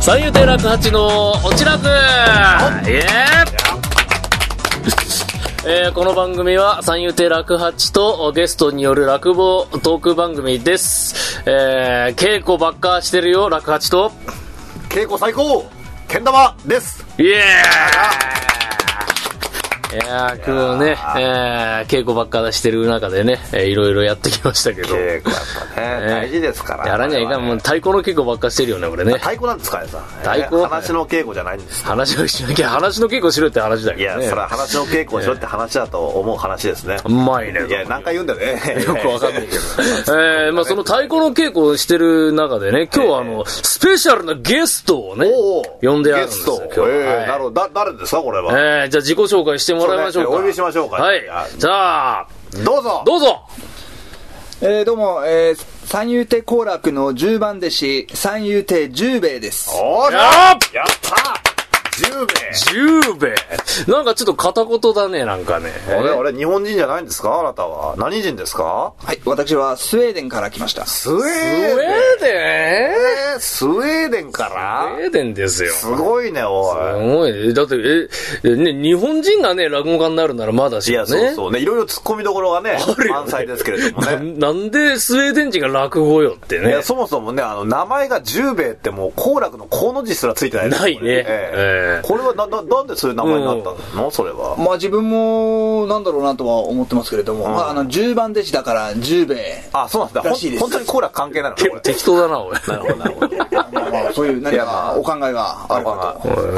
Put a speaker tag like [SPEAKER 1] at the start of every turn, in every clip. [SPEAKER 1] 三遊亭楽八のオチラズイエーイえーこの番組は三遊亭楽八とゲストによる落語トーク番組です。えー、稽古ばっかしてるよ、楽八と。
[SPEAKER 2] 稽古最高けん玉です
[SPEAKER 1] イエーイいやー、今日ね、えー、稽古ばっかしてる中でね、えーいろいろやってきましたけど。
[SPEAKER 2] 稽古やっぱね、大事ですから
[SPEAKER 1] やらにはいかん、もう太鼓の稽古ばっかしてるよね、これね。
[SPEAKER 2] 太鼓なんですかねさん
[SPEAKER 1] 太鼓
[SPEAKER 2] え話の稽古じゃないんです
[SPEAKER 1] 話をしなきゃ、話の稽古しろって話だ
[SPEAKER 2] い
[SPEAKER 1] けど
[SPEAKER 2] や
[SPEAKER 1] ね。
[SPEAKER 2] それは話の稽古をしろって話だと思う話ですね
[SPEAKER 1] うまいね。
[SPEAKER 2] いや何回言うんだよね
[SPEAKER 1] よくわかんないけど。 えー、まあその太鼓の稽古をしてる中でね、今日はあの、スペシャルなゲストをね、
[SPEAKER 2] おお
[SPEAKER 1] 呼んであるんですよ。
[SPEAKER 2] ゲ
[SPEAKER 1] 今
[SPEAKER 2] スト
[SPEAKER 1] 日
[SPEAKER 2] ええ
[SPEAKER 1] はい
[SPEAKER 2] なるほどだ誰ですかこれは、
[SPEAKER 1] えー、じゃあ自己紹介してもらいましょうか。
[SPEAKER 2] そうねお呼びしましょうか
[SPEAKER 1] はい
[SPEAKER 2] じゃあ。
[SPEAKER 1] じゃあ、
[SPEAKER 2] どうぞ
[SPEAKER 1] どうぞ
[SPEAKER 3] えー、どうも、えー、三遊亭好楽の十番弟子、三遊亭十兵衛です。
[SPEAKER 2] お
[SPEAKER 1] やっ
[SPEAKER 2] ーやった10名
[SPEAKER 1] 十兵衛なんかちょっと片言だね、なんかね。
[SPEAKER 2] あれあれ日本人じゃないんですかあなたは何人ですか
[SPEAKER 3] はい、私はスウェーデンから来ました。
[SPEAKER 2] スウェー
[SPEAKER 1] スウェー
[SPEAKER 2] デン
[SPEAKER 1] デン
[SPEAKER 2] えースウェーデンから
[SPEAKER 1] スウェーデンですよ。
[SPEAKER 2] すごいね
[SPEAKER 1] すご
[SPEAKER 2] おい
[SPEAKER 1] いね。だって、え、ね、日本人がね、落語家になるならまだし
[SPEAKER 2] い
[SPEAKER 1] もね。
[SPEAKER 2] や、そうそうね。いろいろ突っ込みどころがね、満載ですけれども
[SPEAKER 1] な
[SPEAKER 2] ね。
[SPEAKER 1] なんでスウェーデン人が落語よって
[SPEAKER 2] い
[SPEAKER 1] ね
[SPEAKER 2] や、。そもそもね、あの、名前が十兵衛ってもう、好楽のこの字すらついてないです
[SPEAKER 1] ないね
[SPEAKER 2] これえ
[SPEAKER 1] ええ
[SPEAKER 2] えこれはな、な、なんでそういう名前になったのそれは。
[SPEAKER 3] まあ自分も、なんだろうなとは思ってますけれども、まああの、十番弟子だから十兵衛。
[SPEAKER 2] あ、そうなんだ。ほん
[SPEAKER 3] らしいです
[SPEAKER 2] 本当に好楽関係ないのねこれ。
[SPEAKER 1] 適当だな、 おい。
[SPEAKER 3] まあまあそういう何
[SPEAKER 2] いやまあ
[SPEAKER 3] かお考えが ある
[SPEAKER 2] あ
[SPEAKER 3] か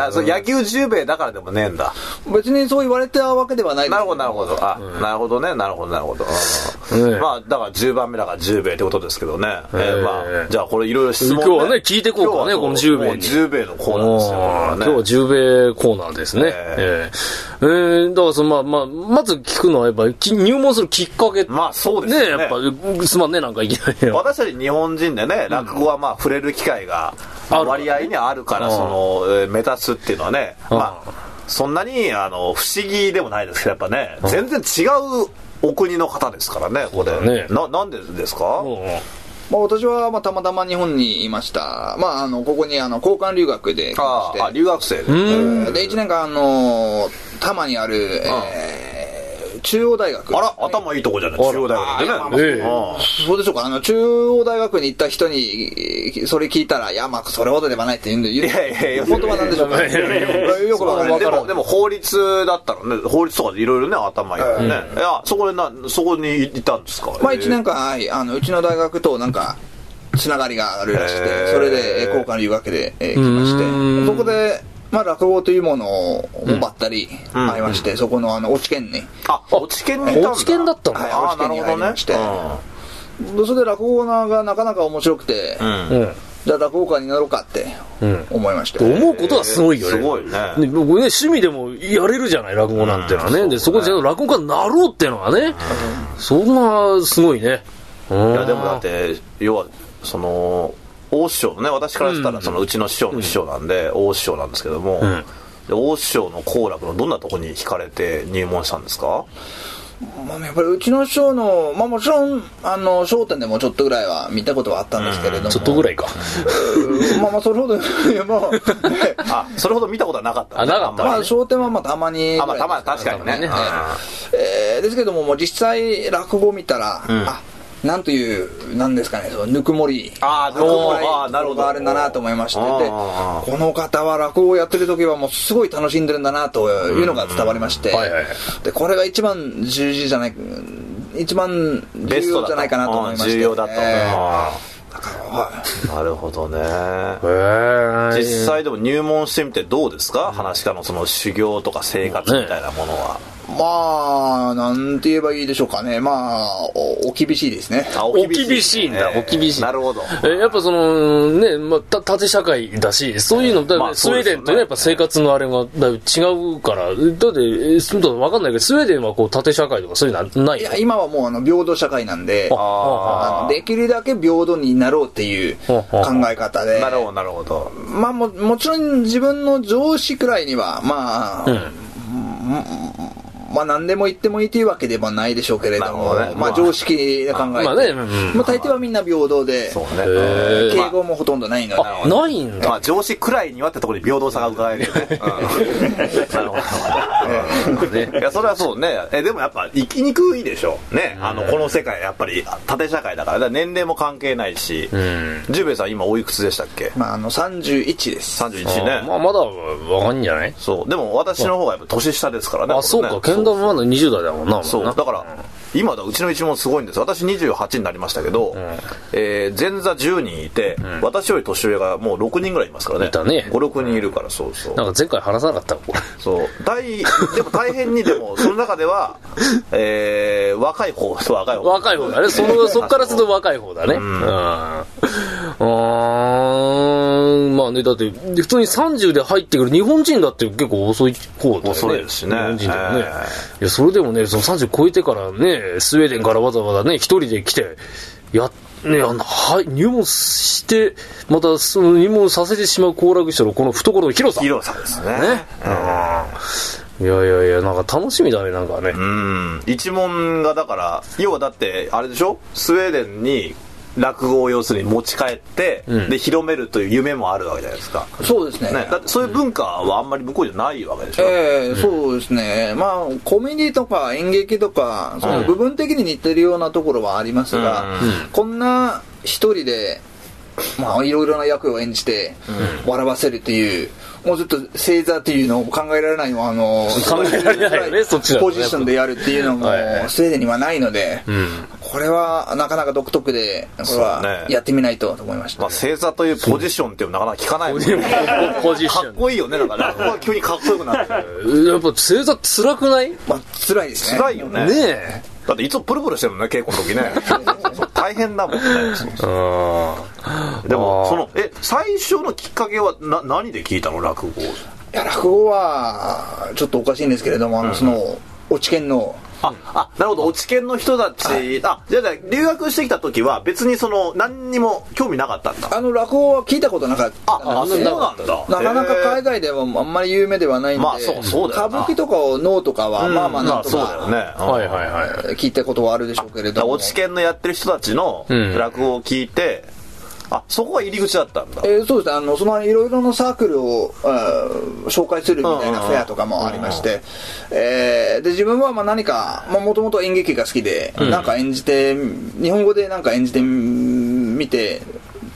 [SPEAKER 2] あそう野球十兵衛だからでもねえんだ。
[SPEAKER 3] と。別にそう言われたわけではないです
[SPEAKER 2] なるほど、なるほど。あ、なるほどね、なるほど、なるほど。
[SPEAKER 1] うん
[SPEAKER 2] まあ、だから10番目だから10兵衛ってことですけどね。え
[SPEAKER 1] え
[SPEAKER 2] ーまあ、じゃあこれいろいろ質問ね。
[SPEAKER 1] 今日はね聞いてこうかね
[SPEAKER 2] 今日はそう
[SPEAKER 1] この10名に
[SPEAKER 2] 10兵衛のコーナーですよ。
[SPEAKER 1] あー今
[SPEAKER 2] ね
[SPEAKER 1] 日は十兵衛コーナーですね。えええ
[SPEAKER 2] え
[SPEAKER 1] ーだからその、まあ、まあ、まず聞くのは、やっぱき入門するきっかけって。
[SPEAKER 2] まあそうです
[SPEAKER 1] ね
[SPEAKER 2] よ
[SPEAKER 1] やっぱ、うすまんね、なんかいきなり。
[SPEAKER 2] 私たち日本人でね、落語はまあ触れる機会が
[SPEAKER 1] ある
[SPEAKER 2] 割合にあるから、
[SPEAKER 1] うん
[SPEAKER 2] その、えー目指すっていうのはね、
[SPEAKER 1] うん
[SPEAKER 2] まあ、そんなに、あの、不思議でもないですけど、やっぱね、全然違うお国の方ですからね、ここで。
[SPEAKER 1] そうだね
[SPEAKER 2] な、なんでですか
[SPEAKER 1] うんうん
[SPEAKER 3] まあ私は、まあたまたま日本にいました。まああの、ここにあの、交換留学で来
[SPEAKER 2] あ
[SPEAKER 3] まして。
[SPEAKER 2] ーあ、留学生で。
[SPEAKER 3] えーで、1年間、あのー、多摩にある、えー中央大学。
[SPEAKER 2] あら、頭いいとこじゃない中央大学でね
[SPEAKER 3] あ。
[SPEAKER 1] まあ
[SPEAKER 2] ええ
[SPEAKER 3] そうでしょうかあの、中央大学に行った人に、えーそれ聞いたら、いや、まあ、それほどではないって言うんで、言う
[SPEAKER 2] いやいやいや
[SPEAKER 3] 本当はなんでしょうか
[SPEAKER 1] いやいやいや
[SPEAKER 3] よくわかんない
[SPEAKER 2] でも、でも法律だったらね、法律とかでいろいろね、頭いいよね。いや、そこでな、そこにいたんですか
[SPEAKER 3] まあ、1
[SPEAKER 2] え
[SPEAKER 3] 年間、はい、あの、うちの大学と、なんか、つながりがあるらしく
[SPEAKER 2] へ
[SPEAKER 3] て、
[SPEAKER 2] ー
[SPEAKER 3] それで、えー交換留学で、えー来ま
[SPEAKER 1] うーん
[SPEAKER 3] して、そこで、まあ、落語というものを、ばったり、
[SPEAKER 2] ん
[SPEAKER 3] 会いまして、そこの、あの、落研に、
[SPEAKER 2] えあ、落ち研にいたんだ。
[SPEAKER 1] 落ち研だったの
[SPEAKER 2] はい
[SPEAKER 3] はい
[SPEAKER 2] あーなるほどね。
[SPEAKER 3] 落ち研に入り
[SPEAKER 2] うん
[SPEAKER 3] それで落語がなかなか面白くて、
[SPEAKER 2] うん。
[SPEAKER 3] じゃあ落語家になろうかって
[SPEAKER 1] うん
[SPEAKER 3] 思いまして、
[SPEAKER 1] 思うことはすごいよね。
[SPEAKER 2] すごいね
[SPEAKER 1] ね僕ね、趣味でもやれるじゃない、落語なんてのはね。
[SPEAKER 2] うん
[SPEAKER 1] で、そこで落語家になろうってのはね、そこがすごいね。い
[SPEAKER 2] いや、でもだって、要は、その、大師匠のね、私からしたら、その、うちの師匠の師匠なんで、大師匠なんですけども、
[SPEAKER 1] ん
[SPEAKER 2] で大師匠の好楽のどんなとこに惹かれて入門したんですか
[SPEAKER 3] まあ、やっぱりうちの師匠の、まあ、もちろん『あの笑点』でもちょっとぐらいは見たことはあったんですけれども、
[SPEAKER 1] ちょっとぐらいか。
[SPEAKER 3] まあまあそれほどいやまあ、ね
[SPEAKER 2] あ、それほど見たことはなかった、
[SPEAKER 1] あなかった
[SPEAKER 2] あん
[SPEAKER 3] ま
[SPEAKER 2] ま
[SPEAKER 3] あ
[SPEAKER 2] り
[SPEAKER 3] 笑点はまあたまに
[SPEAKER 2] あ、まあ、たまに確かにね。
[SPEAKER 1] たまにね
[SPEAKER 3] えーですけどももう実際落語見たら、
[SPEAKER 2] ん
[SPEAKER 3] あなんという、なんですかね、そのぬくもり、
[SPEAKER 2] あー
[SPEAKER 3] ぬくもり
[SPEAKER 2] おーあーなるほど
[SPEAKER 3] があるんだなと思いまして、で
[SPEAKER 2] あーあ
[SPEAKER 3] この方は落語をやってる時は、もうすごい楽しんでるんだなというのが伝わりまして、
[SPEAKER 1] うんはいはい
[SPEAKER 3] でこれが一番重要じゃない、一番
[SPEAKER 2] うん
[SPEAKER 3] 重
[SPEAKER 2] ベスト
[SPEAKER 3] 要
[SPEAKER 2] だ
[SPEAKER 3] じゃないかなと思いまして、
[SPEAKER 2] うん重要だと思う
[SPEAKER 3] えー
[SPEAKER 2] あ
[SPEAKER 3] は
[SPEAKER 2] ーなるほどね。
[SPEAKER 1] へえ
[SPEAKER 2] 実際でも入門してみてどうですか話し家のその修行とか生活みたいなものは。
[SPEAKER 3] いまあ、なんて言えばいいでしょうかね。まあ、おお厳しいですね。
[SPEAKER 2] あ
[SPEAKER 1] お厳しいんだ、
[SPEAKER 2] え
[SPEAKER 1] お厳しい。
[SPEAKER 2] なるほど。
[SPEAKER 1] えやっぱその、ね、まあ、た縦社会だし、そういうの、だから
[SPEAKER 2] まあ
[SPEAKER 1] スウェ
[SPEAKER 2] そ
[SPEAKER 1] ー
[SPEAKER 2] うです
[SPEAKER 1] デ
[SPEAKER 2] よね
[SPEAKER 1] ンとね、やっぱ生活のあれがだいぶ違うから、だって、えそういうのわかんないけど、スウェーデンはこう縦社会とかそういうのはない
[SPEAKER 3] い
[SPEAKER 1] よ
[SPEAKER 3] や、今はもうあの平等社会なんで、あのできるだけ平等になろうっていう
[SPEAKER 1] ほう
[SPEAKER 3] 考
[SPEAKER 1] ほう
[SPEAKER 3] え方で、
[SPEAKER 2] なるほど、なるほど。
[SPEAKER 3] まあももちろん自分の上司くらいには、まあ、まあ何でも言ってもいいというわけではないでしょうけれど
[SPEAKER 2] なるほ
[SPEAKER 3] も、
[SPEAKER 2] どね
[SPEAKER 3] まあ
[SPEAKER 2] まあ
[SPEAKER 3] 常識で考えて、
[SPEAKER 1] まあねうん
[SPEAKER 3] まあ大抵はみんな平等で、
[SPEAKER 2] そうね
[SPEAKER 1] へー
[SPEAKER 2] ま
[SPEAKER 3] 敬
[SPEAKER 2] あ
[SPEAKER 3] 語もほとんどないので、
[SPEAKER 1] あ、ないんだ。
[SPEAKER 2] まあ上司くらいにはってところに平等さが伺えるよね。なるほど。ね、いやそれはそうねえでもやっぱ生きにくいでしょねあのこの世界やっぱり縦社会だからだから年齢も関係ないし、
[SPEAKER 1] うん。
[SPEAKER 2] ジュベイさん今おいくつでしたっけ
[SPEAKER 3] まああの31です。
[SPEAKER 2] 31
[SPEAKER 1] あまあ、
[SPEAKER 2] ね
[SPEAKER 1] まだわかんじゃない
[SPEAKER 2] そうでも私の方がやっぱ年下ですからね
[SPEAKER 1] あ、そう
[SPEAKER 2] こ
[SPEAKER 1] か。ケ
[SPEAKER 2] れ
[SPEAKER 1] ン
[SPEAKER 2] ね
[SPEAKER 1] ダムまだ20代だもんな、
[SPEAKER 2] そう
[SPEAKER 1] お前
[SPEAKER 2] だから今だうちの一門すごいんです私28になりましたけど、えー前座10人いて、私より年上がもう6人ぐらいいますからね
[SPEAKER 1] いたね
[SPEAKER 2] 56人いるからそうそう
[SPEAKER 1] な。なんか前回話さなかったわこれ。
[SPEAKER 2] そう大でも大変にでもその中では、えー、若い方そう若い方
[SPEAKER 1] 若い方だね。そ の、そっからすると若い方だね。うん。あーん。まあね、だって、普通に30で入ってくる日本人だって結構遅い方だよね。
[SPEAKER 2] 遅いですしね
[SPEAKER 1] 日本人だよね。
[SPEAKER 2] え
[SPEAKER 1] いや、それでもね、その30超えてからね、スウェーデンからわざわざね、一人で来て、や、ね、あの、はい、入門して、またその入門させてしまう行楽者のこの懐の広さ。
[SPEAKER 2] 広さですね
[SPEAKER 1] ね。いやいやいや、なんか楽しみだね、なんかね。
[SPEAKER 2] うん一門がだから要はだってあれでしょスウェーデンに落語を要するに持ち帰って、
[SPEAKER 1] うん
[SPEAKER 2] で広めるという夢もあるわけじゃないですか、
[SPEAKER 3] そうですね。
[SPEAKER 2] ね、だってそういう文化はあんまり向こうじゃないわけでしょ、
[SPEAKER 3] ええそうですね。まあ、コメディとか演劇とか、その部分的に似てるようなところはありますが、
[SPEAKER 2] うん
[SPEAKER 3] こんな一人で、まあ、いろいろな役を演じて、笑わせるという、もうずっと星座というのを考えられない、あの、
[SPEAKER 1] 考えられないよねそっちだと
[SPEAKER 3] ポ
[SPEAKER 1] ね
[SPEAKER 3] ジションでやるっていうのも
[SPEAKER 1] はいは、い
[SPEAKER 3] スウェーデンにはないので、
[SPEAKER 1] うん。
[SPEAKER 3] これはなかなか独特で、これ
[SPEAKER 2] そうね
[SPEAKER 3] はやってみないとと思いました
[SPEAKER 2] まあ、。星座というポジションっていうのなかなか聞かないもんね
[SPEAKER 1] ポジシ
[SPEAKER 2] か
[SPEAKER 1] ョ
[SPEAKER 2] っ
[SPEAKER 1] ン。
[SPEAKER 2] こいいよねだから落語が急にかっこよくなる
[SPEAKER 1] やっぱ星座辛くないね
[SPEAKER 3] まあ、辛いですね。
[SPEAKER 2] 辛いよね
[SPEAKER 1] え。
[SPEAKER 2] だっていつもプルプルしてるもんね稽古の時ね そう大変だもんね
[SPEAKER 1] うん。
[SPEAKER 2] でも
[SPEAKER 1] あー
[SPEAKER 2] そのえ最初のきっかけはな何で聞いたの落語を
[SPEAKER 3] いや落語はちょっとおかしいんですけれども、あのその落研の
[SPEAKER 2] ああなるほど落研の人たち、あじゃあじゃあ留学してきた時は別にその何にも興味なかったんだ
[SPEAKER 3] あの落語は聞いたことなかった
[SPEAKER 2] ああ
[SPEAKER 3] んで
[SPEAKER 2] そう
[SPEAKER 3] すね
[SPEAKER 2] なんだ
[SPEAKER 3] なかなか海外ではあんまり有名ではないんで、
[SPEAKER 2] まあそうそうだよ
[SPEAKER 3] 歌
[SPEAKER 2] な
[SPEAKER 3] 舞伎とかを能とかは、まあまあなんと
[SPEAKER 2] そうだよ
[SPEAKER 3] か
[SPEAKER 2] ね、うん
[SPEAKER 1] はいはいはい。
[SPEAKER 3] 聞いたことはあるでしょうけれ
[SPEAKER 2] だか
[SPEAKER 3] ど
[SPEAKER 2] ら
[SPEAKER 3] も。
[SPEAKER 2] 落研のやってる人たちの
[SPEAKER 1] うん
[SPEAKER 2] 落語を聞いて、あそこが入り口だったんだ
[SPEAKER 3] えーそうですねあのそのいろいろなサークルを、あー紹介するみたいな
[SPEAKER 2] うんうんうん
[SPEAKER 3] フェアとかもありまして、えーで自分はまあ何かもともと演劇が好きで、なんか演じて日本語でなんか演じてみて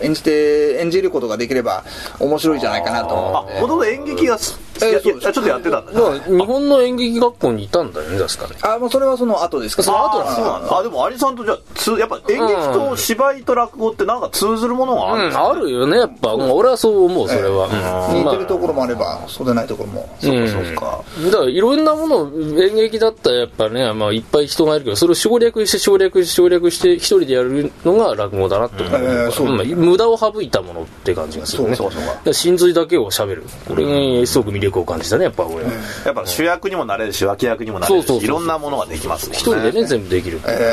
[SPEAKER 3] 演じて演じることができれば面白いじゃないかなと
[SPEAKER 2] あ
[SPEAKER 3] 思って
[SPEAKER 2] もともと演劇がす、
[SPEAKER 3] え
[SPEAKER 2] いや
[SPEAKER 3] そうです
[SPEAKER 2] いやちょっとやってたんだ
[SPEAKER 1] まあ、日本の演劇学校にいたんだよね、確かね。
[SPEAKER 3] あもうそれはその後ですか
[SPEAKER 1] その後なんだ
[SPEAKER 2] そうなんだあでもアリさんとじゃあつやっぱ演劇と芝居と落語ってなんか通ずるものがある
[SPEAKER 1] う
[SPEAKER 2] んで
[SPEAKER 1] ん、
[SPEAKER 2] すか
[SPEAKER 1] あるよね、やっぱ。うん俺はそう思う、それは。うん
[SPEAKER 3] 似てるところもあればそうでないところも
[SPEAKER 1] うん
[SPEAKER 2] そうかそうか
[SPEAKER 1] だからいろんなものを演劇だったらやっぱね、まあ、いっぱい人がいるけどそれを省略して省略して省略して一人でやるのが落語だなって思うから、
[SPEAKER 3] うんえーそう
[SPEAKER 1] まあ無駄を省いたものって感じがするね
[SPEAKER 2] そうかそうか
[SPEAKER 1] だら真髄だけを喋るこれにすごく魅力を感じたねやっぱ俺は
[SPEAKER 2] やっぱ主役にもなれるし脇役にもなれるし
[SPEAKER 1] そうそうそうそう
[SPEAKER 2] いろんなものができますもんね
[SPEAKER 1] 一人でね全部できる、
[SPEAKER 3] えーそれ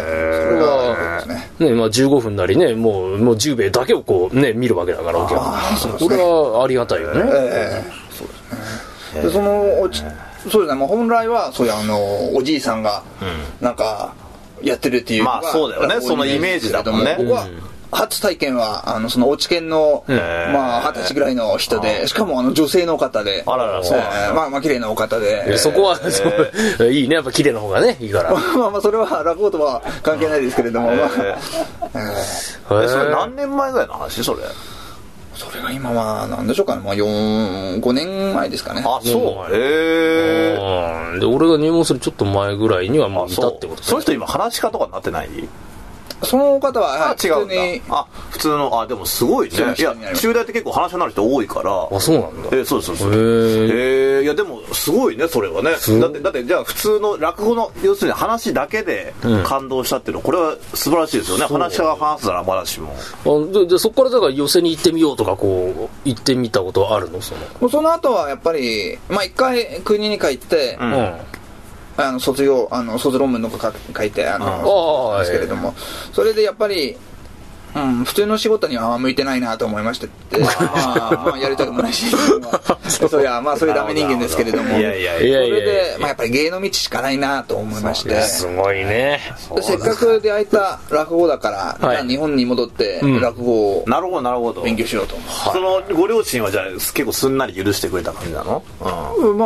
[SPEAKER 3] はそうですね
[SPEAKER 1] ねまあ、15分なりねもうもう10名だけをこうね見るわけだからお客
[SPEAKER 3] あーそうです
[SPEAKER 1] こ
[SPEAKER 3] ね
[SPEAKER 1] れはありがたいよね、
[SPEAKER 3] ええそうですね。でそのおちそうですね。まあ本来はそういうあのおじいさんがなんかやってるっていうのが
[SPEAKER 2] まあそうだよねそのイメージだもんね
[SPEAKER 3] けれども僕は初体験はあのその落研のまあ二十歳ぐらいの人でしかもあの女性の方で。
[SPEAKER 2] あららそう
[SPEAKER 3] ええまあまあ綺麗なお方
[SPEAKER 1] いや
[SPEAKER 3] で。
[SPEAKER 1] そこは、そう いいねやっぱ綺麗な方がねいいから
[SPEAKER 3] まあまあそれは落語とは関係ないですけれど も、まあ
[SPEAKER 2] えーえそれ何年前ぐらいの話それ
[SPEAKER 3] それが今は何でしょうかね、まあ、4 5年前ですかね
[SPEAKER 2] あそ
[SPEAKER 1] う
[SPEAKER 2] う
[SPEAKER 1] ん
[SPEAKER 2] ええ
[SPEAKER 1] うんで俺が入門するちょっと前ぐらいにはも
[SPEAKER 2] あ
[SPEAKER 1] ういた
[SPEAKER 2] そ
[SPEAKER 1] ってこ
[SPEAKER 2] う
[SPEAKER 1] と
[SPEAKER 2] その人今話し方とかになってない
[SPEAKER 3] その方
[SPEAKER 2] あ
[SPEAKER 3] ははい
[SPEAKER 2] 違
[SPEAKER 3] 普
[SPEAKER 2] う
[SPEAKER 3] 通に
[SPEAKER 2] んだあ普通のあでもすごいね
[SPEAKER 3] そう
[SPEAKER 2] い
[SPEAKER 3] 普通になり
[SPEAKER 2] や
[SPEAKER 3] ます
[SPEAKER 2] 中大って結構話しになる人多いから
[SPEAKER 1] あそうなんだ
[SPEAKER 2] えーそうですそう
[SPEAKER 1] へ
[SPEAKER 2] です
[SPEAKER 1] ー
[SPEAKER 2] えーいやでもすごいねそれはね
[SPEAKER 1] ごい
[SPEAKER 2] だってだってじゃあ普通の落語の要するに話だけで感動したっていうのはこれは素晴らしいですよね
[SPEAKER 1] そう
[SPEAKER 2] 話が話すならまだしも
[SPEAKER 1] あででそこからだから寄せに行ってみようとかこう行ってみたことはあるのその
[SPEAKER 3] もうその後はやっぱり、まあ、一回国に帰って、
[SPEAKER 2] ん
[SPEAKER 1] うん
[SPEAKER 3] あの卒業あの卒論文とか書書いてあの
[SPEAKER 1] ああ
[SPEAKER 3] ですけれども、それでやっぱりうん、普通の仕事にはあ向いてないなと思いましたって、まあ、まあやりたくもないし、まあそういや、まあ、そういうダメ人間ですけれども、
[SPEAKER 2] いやいや
[SPEAKER 1] い
[SPEAKER 2] い
[SPEAKER 1] や
[SPEAKER 2] や。
[SPEAKER 3] それで、まあ、やっぱり芸の道しかないなと思いまして、
[SPEAKER 1] すごいね。
[SPEAKER 3] でせっかく出会えた落語だから、
[SPEAKER 1] はい
[SPEAKER 3] じゃあ日本に戻って
[SPEAKER 1] うん
[SPEAKER 3] 落語を
[SPEAKER 2] なるほど、なるほど。
[SPEAKER 3] 勉強しようと思う。
[SPEAKER 2] そのご両親はじゃあ結構すんなり許してくれた感じなの、うん、あ
[SPEAKER 3] うんま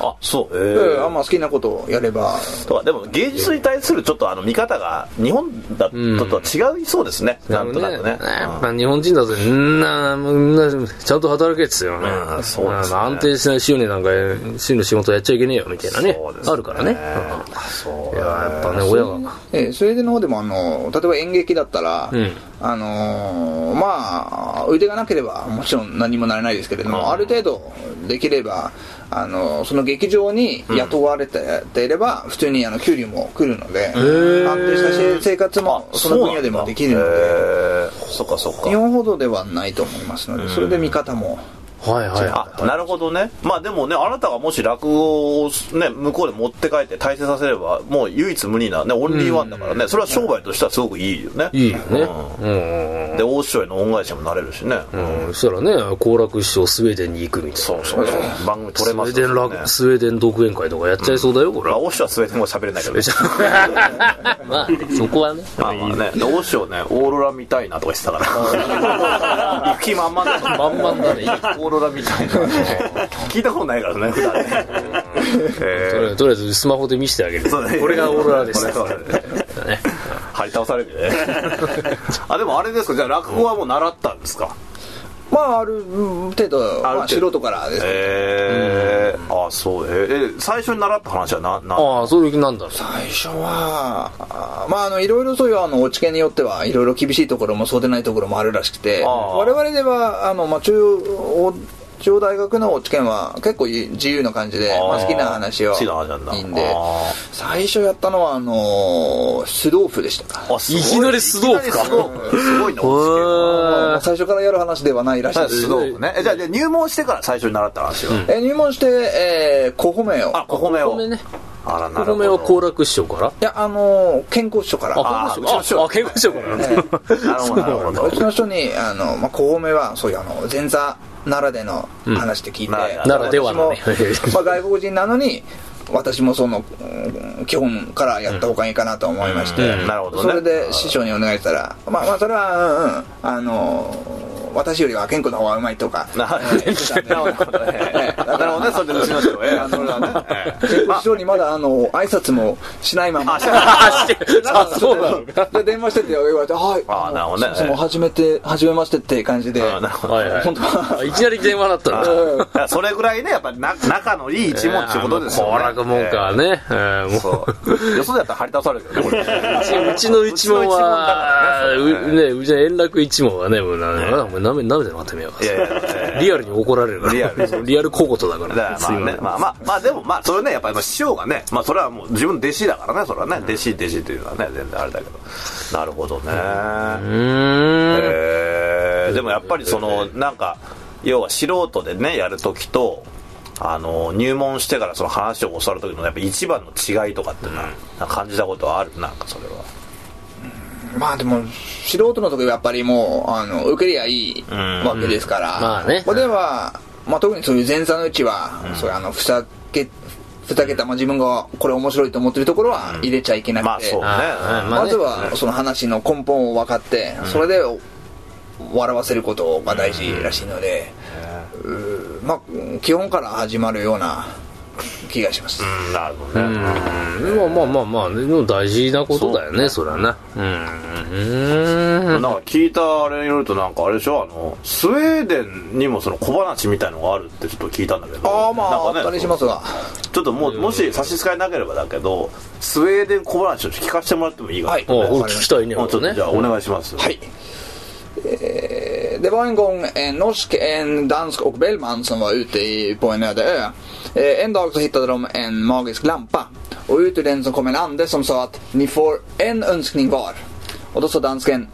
[SPEAKER 3] あ、うん
[SPEAKER 2] そう
[SPEAKER 3] ええあまあ好きなことをやれば、
[SPEAKER 2] とはでも芸術に対するちょっとあの見方が日本だととは違いそうですね、なんとなくね
[SPEAKER 1] やっぱ日本人だと、んな、んな、ちゃんと働けっつよね。
[SPEAKER 2] うんそうですね
[SPEAKER 1] 安定しない週になんか、週の仕事やっちゃいけねえよ、みたいなね。
[SPEAKER 2] そうです
[SPEAKER 1] あるからね。うん
[SPEAKER 2] そう
[SPEAKER 1] いや、やっぱね、親が。
[SPEAKER 3] ええ、それでの方でもあの例えば演劇だったら、
[SPEAKER 1] うん
[SPEAKER 3] あのーまあ腕がなければもちろん何もなれないですけれども、ある程度できればあのその劇場に雇われていれば、普通にあの給料も来るので安定した生活もその分野でもできるの
[SPEAKER 2] そう
[SPEAKER 3] で
[SPEAKER 2] なんだへえそっかそっか
[SPEAKER 3] 日本ほどではないと思いますので、それで見方も
[SPEAKER 1] はいはい。
[SPEAKER 2] あなるほどねまあでもねあなたがもし落語を、ね、向こうで持って帰って大成させればもう唯一無二な、ね、オンリーワンだからね、それは商売としてはすごくいいよね
[SPEAKER 1] いいよね。
[SPEAKER 2] う
[SPEAKER 1] うん。
[SPEAKER 2] で大師匠への恩返しにもなれるしね、
[SPEAKER 1] うん、そしたらね、好楽師匠スウェーデンに行くみたいな。
[SPEAKER 2] そうそうそう番組取れます
[SPEAKER 1] スウェーデン
[SPEAKER 2] よ
[SPEAKER 1] ラ、
[SPEAKER 2] ね
[SPEAKER 1] スウェーデン独演会とかやっちゃいそうだよ、これ
[SPEAKER 2] まあ、。大師匠はスウェーデン語喋れないけど、
[SPEAKER 1] まあ、そこはね。
[SPEAKER 2] まあまあね、で大師匠ね、オーロラ見たいなとか言ってたから。行く気満々だった
[SPEAKER 1] 満々だねいい
[SPEAKER 2] オーロラ見たいな。聞いたことないからね、普段ね。
[SPEAKER 1] とりあ
[SPEAKER 2] え
[SPEAKER 1] えずとりあえずスマホで見せてあげる。
[SPEAKER 2] そうね
[SPEAKER 1] これがオーロラでした。
[SPEAKER 2] これがオーロラです張り倒されるね。 あ、でもあれですか、じゃあ落語はもう習ったんですか
[SPEAKER 3] まあある
[SPEAKER 2] あ
[SPEAKER 3] 程度
[SPEAKER 2] る程度
[SPEAKER 3] まあ、素人からですね
[SPEAKER 2] ええあ、そう、えーえ最初に習った話はな、な、
[SPEAKER 1] ああ、そういう気なんだろう。
[SPEAKER 3] 最初は、あーまあ、あの、いろいろそういう、あの、落ちによっては、いろいろ厳しいところもそうでないところもあるらしくて、
[SPEAKER 2] あー
[SPEAKER 3] 我々では、あの、まあ、中央、中央大学の落ちは結構自由な感じで、
[SPEAKER 2] あー
[SPEAKER 3] まあ、好きな話を
[SPEAKER 2] 好きな話なんだ
[SPEAKER 3] いいんで
[SPEAKER 2] あ、
[SPEAKER 3] 最初やったのは、あのー、素豆腐でしたか。
[SPEAKER 2] あすご
[SPEAKER 1] いきなり素豆腐か
[SPEAKER 2] いきなり素豆腐すごいな。
[SPEAKER 3] まあ最初からやる話ではないらしい
[SPEAKER 2] はい
[SPEAKER 3] です
[SPEAKER 2] 素。豆腐ね。えじゃあ、じゃあ入門してから最初に習った話は。
[SPEAKER 3] えー入門して、えー、小褒めを。
[SPEAKER 2] あ、小米
[SPEAKER 1] お
[SPEAKER 2] を。
[SPEAKER 1] 米ね。
[SPEAKER 2] あら、な
[SPEAKER 1] お
[SPEAKER 2] るほど。
[SPEAKER 1] 米は好楽師匠から
[SPEAKER 3] いや、あのー、健康書から。
[SPEAKER 2] あうちの師匠
[SPEAKER 1] あ、健康師匠からなんだ。
[SPEAKER 2] なるほど、なるほど
[SPEAKER 3] う。ちの人に、あの、まあ、小梅は、そういう、あの、前座ならでの話って聞いて、
[SPEAKER 2] なら
[SPEAKER 1] ならではのね
[SPEAKER 3] 私もまあ、外国人なのに、私もその、うん基本からやった方がいいかなと思いまして、
[SPEAKER 2] うんなるほどね
[SPEAKER 3] それで師匠にお願いしたら、まあ、まあ、それは、うんうん、あの、私よりは健康の方がうまいとか、
[SPEAKER 2] なる
[SPEAKER 3] えー言ってたんで
[SPEAKER 2] ほ どね。なるほどね、それでうちの師匠。ええ、それはね。ええ
[SPEAKER 3] で師匠にまだあの挨拶もしないまま
[SPEAKER 1] あ、 して、あ、そうなのか。
[SPEAKER 3] で電話してって言われて「はい
[SPEAKER 2] あーなるほどね
[SPEAKER 3] そもそも初めて初めまして」って感じで
[SPEAKER 2] あなるほど。
[SPEAKER 1] はいはい
[SPEAKER 3] 本当は
[SPEAKER 1] あ。いきなり電話だったんだ。
[SPEAKER 2] だからそれぐらいね、やっぱりな仲のいい一門っていうことですよね。
[SPEAKER 1] 好楽もんかね。えー
[SPEAKER 2] ええ。
[SPEAKER 1] もう
[SPEAKER 2] そう。よそだったら張り倒されるけどねこれ
[SPEAKER 1] うちの一門は、
[SPEAKER 2] うちの一門だからね
[SPEAKER 1] うね、うちの円楽一門はね、もうな、な、お前舐め、舐めてなかったみよ。
[SPEAKER 2] いやいやええ
[SPEAKER 1] リアルに怒られるから。
[SPEAKER 2] リアル
[SPEAKER 1] そうリアル小言だか。
[SPEAKER 2] だかららまあね、まあまあ、まあでもまあ、それね、やっぱり師匠がね、まあそれはもう自分弟子だからね、それはね、弟子弟子というのはね、全然あれだけど。なるほどね。
[SPEAKER 1] うーん。
[SPEAKER 2] えーでもやっぱりそのなんか要は素人でねやるときとあの入門してからその話を教わる時のやっぱ一番の違いとかってな、なんか感じたことはあるなんかそれは
[SPEAKER 3] まあでも素人の時はやっぱりもうあの受けりゃいい
[SPEAKER 2] ん
[SPEAKER 3] わけですから、
[SPEAKER 1] まあね
[SPEAKER 3] ここでは、まあ、特にそういう前座のうちは、そういうあのふざけふざけた、まあ、自分がこれ面白いと思ってるところは入れちゃいけな
[SPEAKER 2] まあ
[SPEAKER 3] くて、
[SPEAKER 2] そうね
[SPEAKER 1] あーまあ
[SPEAKER 3] まずはその話の根本を分かって、それで笑わせることが大事らしいので、うーまあ基本から始まるような気がします、
[SPEAKER 2] うんなるほどね、
[SPEAKER 1] うんまあまあまあまあ、でも大事なことだよね、それはな。うん。うーん。
[SPEAKER 2] なんか聞いたあれによるとなんかあれでしょあのスウェーデンにもその小話みたいのがあるってちょっと聞いたんだけど
[SPEAKER 3] ああまあ
[SPEAKER 2] な
[SPEAKER 3] あ
[SPEAKER 2] ん
[SPEAKER 3] っ
[SPEAKER 2] か
[SPEAKER 3] たりしますが
[SPEAKER 2] ちょっともうもし差し支えなければだけどスウェーデン小話を聞かせてもらってもいいかな
[SPEAKER 3] はい
[SPEAKER 1] あ、俺聞きたいね、
[SPEAKER 2] もうちょっと
[SPEAKER 1] ね
[SPEAKER 2] じ。ゃあお願いします、
[SPEAKER 3] はい。Eh, Det var en gång en norsk, en dansk och belman som var ute i, på en öde ö. Eh, En dag så hittade de en magisk lampa. Och ut ur den så kom en ande som sa att ni får en önskning var. Och då sa dansken,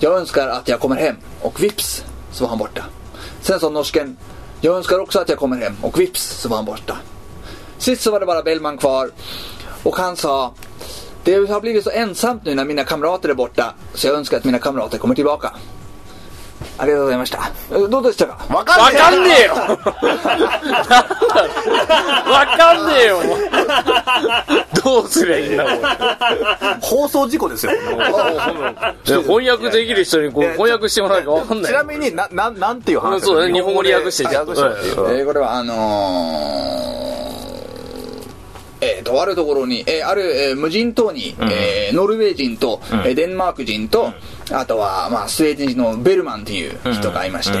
[SPEAKER 3] jag önskar att jag kommer hem. Och vips så var han borta. Sen sa norsken, jag önskar också att jag kommer hem. Och vips så var han borta. Sist så var det bara Bellman kvar och han sa Det har blivit så ensamt nu när mina kamrater är borta, så jag önskar att mina kamrater kommer tillbaka.ありがとうございました。えどうでしたか
[SPEAKER 2] わか
[SPEAKER 1] わ
[SPEAKER 2] んね
[SPEAKER 1] かんね
[SPEAKER 2] え
[SPEAKER 1] えよなんだわかんねえよどうすりゃいいんだもん
[SPEAKER 2] 放送事故ですよ。
[SPEAKER 1] 翻訳できる人にこう
[SPEAKER 2] いや
[SPEAKER 1] 翻訳してもらわなきゃわかんない
[SPEAKER 2] ちなみに、な、なん、なんていう話
[SPEAKER 1] そうだね日本語で訳して
[SPEAKER 2] あ
[SPEAKER 1] ちゃんと
[SPEAKER 2] 訳してもらっていい
[SPEAKER 3] えーこれはあのーえーとあるところに、えーある、えー無人島に、えーノルウェー人と、えーデンマーク人と、あとは、まあ、スウェーデン人のベルマンっていう人がいまして、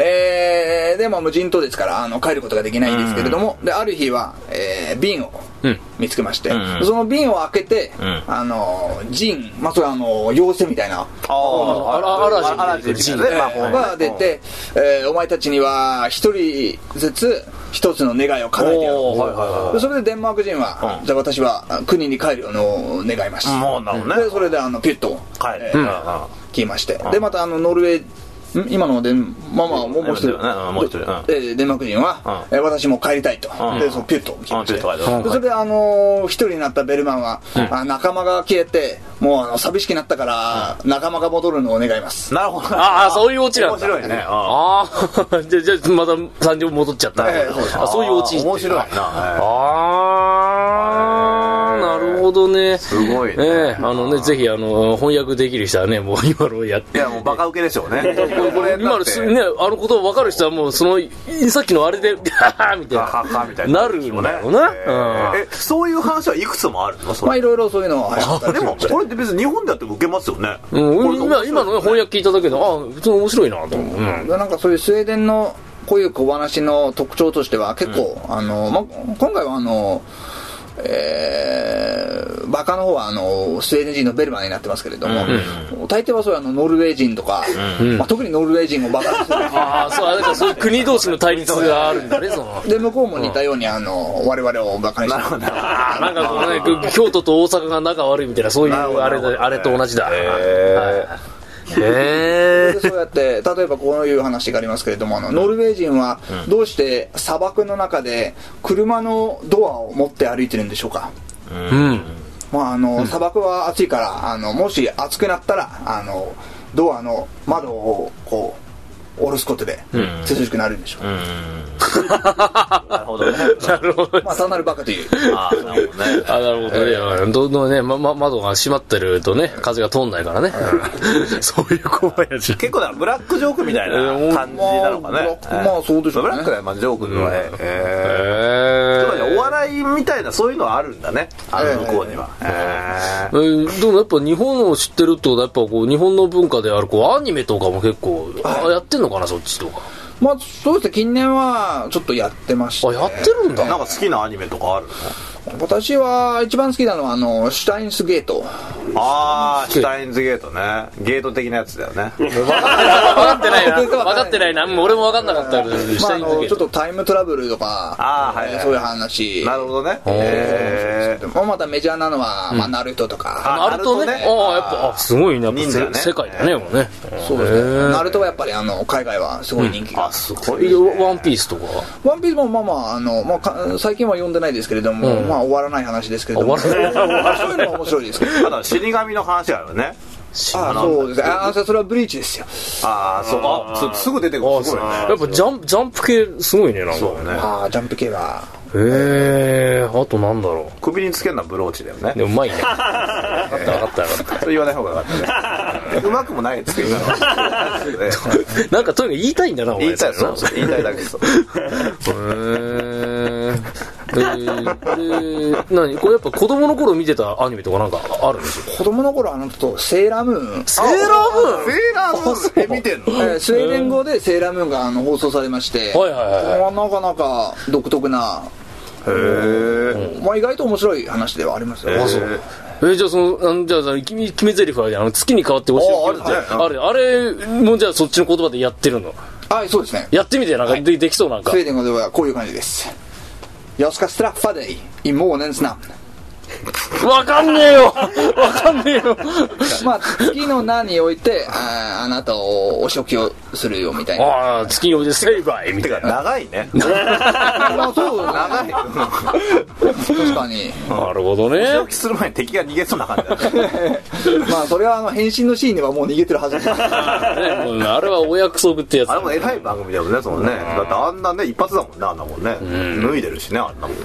[SPEAKER 3] えーでも無人島ですからあの帰ることができないんですけれども、である日は、えー瓶を
[SPEAKER 1] うん
[SPEAKER 3] 見つけまして、
[SPEAKER 2] んうん
[SPEAKER 3] その瓶を開けて、
[SPEAKER 2] ん
[SPEAKER 3] あのージン、まあ、それはあのー妖精みたいな
[SPEAKER 2] あ
[SPEAKER 1] あら
[SPEAKER 2] あ、
[SPEAKER 1] あ
[SPEAKER 2] ア
[SPEAKER 1] ら
[SPEAKER 2] ラ
[SPEAKER 1] じ
[SPEAKER 2] ジ
[SPEAKER 1] ん
[SPEAKER 2] ン
[SPEAKER 1] みたいなね
[SPEAKER 2] ね。
[SPEAKER 3] えーが出。て、えーお前たちには一人ずつ一つの願いを叶えてやろ
[SPEAKER 2] おーはいはいは
[SPEAKER 3] う
[SPEAKER 2] い
[SPEAKER 3] でそれでデンマーク人は、
[SPEAKER 2] うん
[SPEAKER 3] じゃあ私はあ国に帰るようの願いました、
[SPEAKER 2] もうなるほどね
[SPEAKER 3] でそれであのピュッと、
[SPEAKER 2] はい。
[SPEAKER 3] え
[SPEAKER 2] う
[SPEAKER 3] ー
[SPEAKER 2] ん
[SPEAKER 3] 消えましてでまたあのノルウェーん今のでまあまあもうもう一人
[SPEAKER 2] うんうんもう一人うん
[SPEAKER 3] でえーデンマーク人は、えー私も帰りたいと、
[SPEAKER 2] うん
[SPEAKER 3] でそのピュッと消えまして、
[SPEAKER 2] うんピュッと帰るうん
[SPEAKER 3] でそれであのー一人になったベルマンは、あ仲間が消えてもうあの寂しくなったから、仲間が戻るのを願います
[SPEAKER 2] なるほど。
[SPEAKER 1] ああそういうオチなんだ
[SPEAKER 2] 面白いね。あ
[SPEAKER 1] ああ じゃあじゃあまた三条戻っちゃった
[SPEAKER 3] ええそうです
[SPEAKER 1] あそういうオチ
[SPEAKER 2] 面白いな。は
[SPEAKER 1] ああなるほどねす
[SPEAKER 2] ごいね
[SPEAKER 1] ねえあのねぜひあの翻訳できる人はねもう今のやっ
[SPEAKER 2] いい
[SPEAKER 1] て
[SPEAKER 2] や、もうバカウケでしょうね。
[SPEAKER 1] 今のすねあのこと分かる人はもうそのいさっきのあれで ハハみたい
[SPEAKER 2] は
[SPEAKER 1] な
[SPEAKER 2] ははみたいな。
[SPEAKER 1] なるんだろうな、
[SPEAKER 2] え
[SPEAKER 1] うん
[SPEAKER 2] ーえ、そういう話はいくつもあるのそ
[SPEAKER 3] まあ
[SPEAKER 2] れ
[SPEAKER 3] いろいろそういうのは流行ったり
[SPEAKER 2] で
[SPEAKER 3] し
[SPEAKER 2] も、
[SPEAKER 3] ました
[SPEAKER 2] これって別に日本でやっても受けますよね。
[SPEAKER 1] うん、今今のね翻
[SPEAKER 2] 訳。
[SPEAKER 1] 訳聞いただけで、ああ、普通に面白いなと思う。うん。
[SPEAKER 3] なんかそういうスウェーデンのこういう小話の特徴としては結構、あのま、今回はあの、えー、バカの方はあのスウェーデン人のベルマンになってますけれども、大抵はそういうあのノルウェー人とか、まあ、特にノルウェー人をバカにする
[SPEAKER 1] ああ、そう、あだからそういう国同士の対立があるんだね、そ の。
[SPEAKER 3] で向こうも似たようにあの我々をバカにしてる
[SPEAKER 1] ああ、なんかこのね、京都と大阪が仲悪いみたいな、そういう
[SPEAKER 2] なるほど
[SPEAKER 1] あれだあれと同じだ。
[SPEAKER 2] え
[SPEAKER 1] へ
[SPEAKER 3] で
[SPEAKER 1] え。
[SPEAKER 3] そうやって例えばこういう話がありますけれどもあのノルウェー人はどうして砂漠の中で車のドアを持って歩いてるんでしょうか
[SPEAKER 1] うん。
[SPEAKER 3] まああの砂漠は暑いからあのもし暑くなったらあのドアの窓をこう下ろすことで涼しくなるんでしょう、
[SPEAKER 2] なるほどね。
[SPEAKER 1] なるほど。
[SPEAKER 3] まあ単なるバカという
[SPEAKER 2] あーなるほどね。
[SPEAKER 1] あなるほどねいや。どんどんね、ま、ま、窓が閉まってるとね、風が通んないからね。 そういう小林。
[SPEAKER 2] 結構だからブラックジョークみたいな感じなのかね。
[SPEAKER 3] まあまあそうでしょ
[SPEAKER 2] ブ
[SPEAKER 3] うね
[SPEAKER 2] ラックだよ、まあ、ジョークのね。
[SPEAKER 1] へ
[SPEAKER 2] えー
[SPEAKER 1] え
[SPEAKER 2] つまりお笑いみたいな、そういうのはあるんだね。あの向こうには。へー
[SPEAKER 1] うんでもやっぱ日本を知ってるってことはやっぱこう日本の文化であるこうアニメとかも結構あやってんのかなそっちとか
[SPEAKER 3] まあそうですね近年はちょっとやってまして
[SPEAKER 1] あやってるん だ
[SPEAKER 2] なんか好きなアニメとかあるの
[SPEAKER 3] 私は一番好きなのはあのシュタインスゲート
[SPEAKER 2] ああ、シュタインズゲートね。ゲート的なやつだよ ね。
[SPEAKER 1] 分かってないな 分かってないなもう俺も分かんなかったけど
[SPEAKER 3] まあ、
[SPEAKER 1] 下
[SPEAKER 3] あ
[SPEAKER 1] に続
[SPEAKER 3] の
[SPEAKER 1] け
[SPEAKER 3] ちょっ
[SPEAKER 1] る
[SPEAKER 3] とタイムトラブルとか
[SPEAKER 2] あーはいはい
[SPEAKER 3] えーそういう話
[SPEAKER 2] なるほどね。
[SPEAKER 3] え
[SPEAKER 2] へ
[SPEAKER 3] ーまあまたメジャーなのは、まあ、ナルトとか、
[SPEAKER 1] あるとね
[SPEAKER 2] ナ
[SPEAKER 1] あ
[SPEAKER 2] ルトね
[SPEAKER 1] あやっぱあすごいねやっぱ
[SPEAKER 2] 忍者ね
[SPEAKER 1] 世世界だねもうね
[SPEAKER 3] そうです
[SPEAKER 1] へえ
[SPEAKER 3] ねナルトはやっぱりあの海外はすごい人気が、
[SPEAKER 2] あ、すごい。
[SPEAKER 1] ワンピースとか
[SPEAKER 3] ワンピースもまあまあ、あの、まあか、最近は読んでないですけれども、
[SPEAKER 1] うん
[SPEAKER 3] まあ終わらない話ですけれども。
[SPEAKER 1] 終わら
[SPEAKER 3] そういうのも面白いですけど。
[SPEAKER 2] ただ、死神の話あるよね。
[SPEAKER 3] ああ、そうですね。ああ、それはブリーチですよ。
[SPEAKER 2] ああ、そう、あ、そうすぐ出てく
[SPEAKER 1] あ
[SPEAKER 2] る。
[SPEAKER 1] あ
[SPEAKER 2] す
[SPEAKER 1] そう
[SPEAKER 2] ごいね。
[SPEAKER 1] やっぱジャンプジャンプ系すごいねなんか
[SPEAKER 2] そうね。
[SPEAKER 3] ああ、ジャンプ系は。
[SPEAKER 1] へえあとなんだろ
[SPEAKER 2] 首につけるのはブローチだよね
[SPEAKER 1] う。でもうまい ね分かった分かった分かった
[SPEAKER 2] それ言わない方がよかったね。 うまくもないですけど、今のはええ
[SPEAKER 1] なんかとにかく言いたいんだなお前
[SPEAKER 2] 言いたいそうそう言いたいだけそう。
[SPEAKER 1] へーえー、で、何これやっぱ子供の頃見てたアニメとかなんかあるんですよ。
[SPEAKER 3] 子供の頃あのと、セーラームーン。
[SPEAKER 1] セーラームーン
[SPEAKER 2] セーラームーンえ見てんの
[SPEAKER 3] えースウェーデン語でセーラームーンがあの放送されまして、
[SPEAKER 1] はいはいはい
[SPEAKER 3] これなかなか独特な、
[SPEAKER 2] へ
[SPEAKER 3] まあ、意外と面白い話ではありますよ。
[SPEAKER 2] ー
[SPEAKER 1] あ、そう。えーじゃあその、あのじゃあ、その決め、決め台詞はね、あの、月に変わって星を
[SPEAKER 2] ああるね
[SPEAKER 1] あれ、あれもじゃあそっちの言葉でやってるの。
[SPEAKER 3] はい、そうですね。
[SPEAKER 1] やってみて、なんか、でできそうなんか
[SPEAKER 3] スウェ。ーデン語ではこういう感じです。Jag ska straffa dig i månens namn.
[SPEAKER 1] わかんねえよわかんねえよ
[SPEAKER 3] まあ、月の名において、あーあなたをお食器をするよみたいな。
[SPEAKER 1] ああ、月曜で成敗み
[SPEAKER 2] て
[SPEAKER 1] たい
[SPEAKER 2] か
[SPEAKER 1] な。
[SPEAKER 2] 長いね
[SPEAKER 3] まあ、そう、長
[SPEAKER 2] 長
[SPEAKER 3] い。
[SPEAKER 2] い
[SPEAKER 3] 確かに。
[SPEAKER 1] なるほどね。
[SPEAKER 2] 病気する前に敵が逃げそうな感じだね
[SPEAKER 3] まあ、それはあの、変身のシーンにはもう逃げてるはずだ。
[SPEAKER 1] ねもうあれはお約束ってやつ
[SPEAKER 2] あ。れも偉い番組だもんねそのねだってあんなね一発だもんねあんなもんね脱いでるしねあんなもんね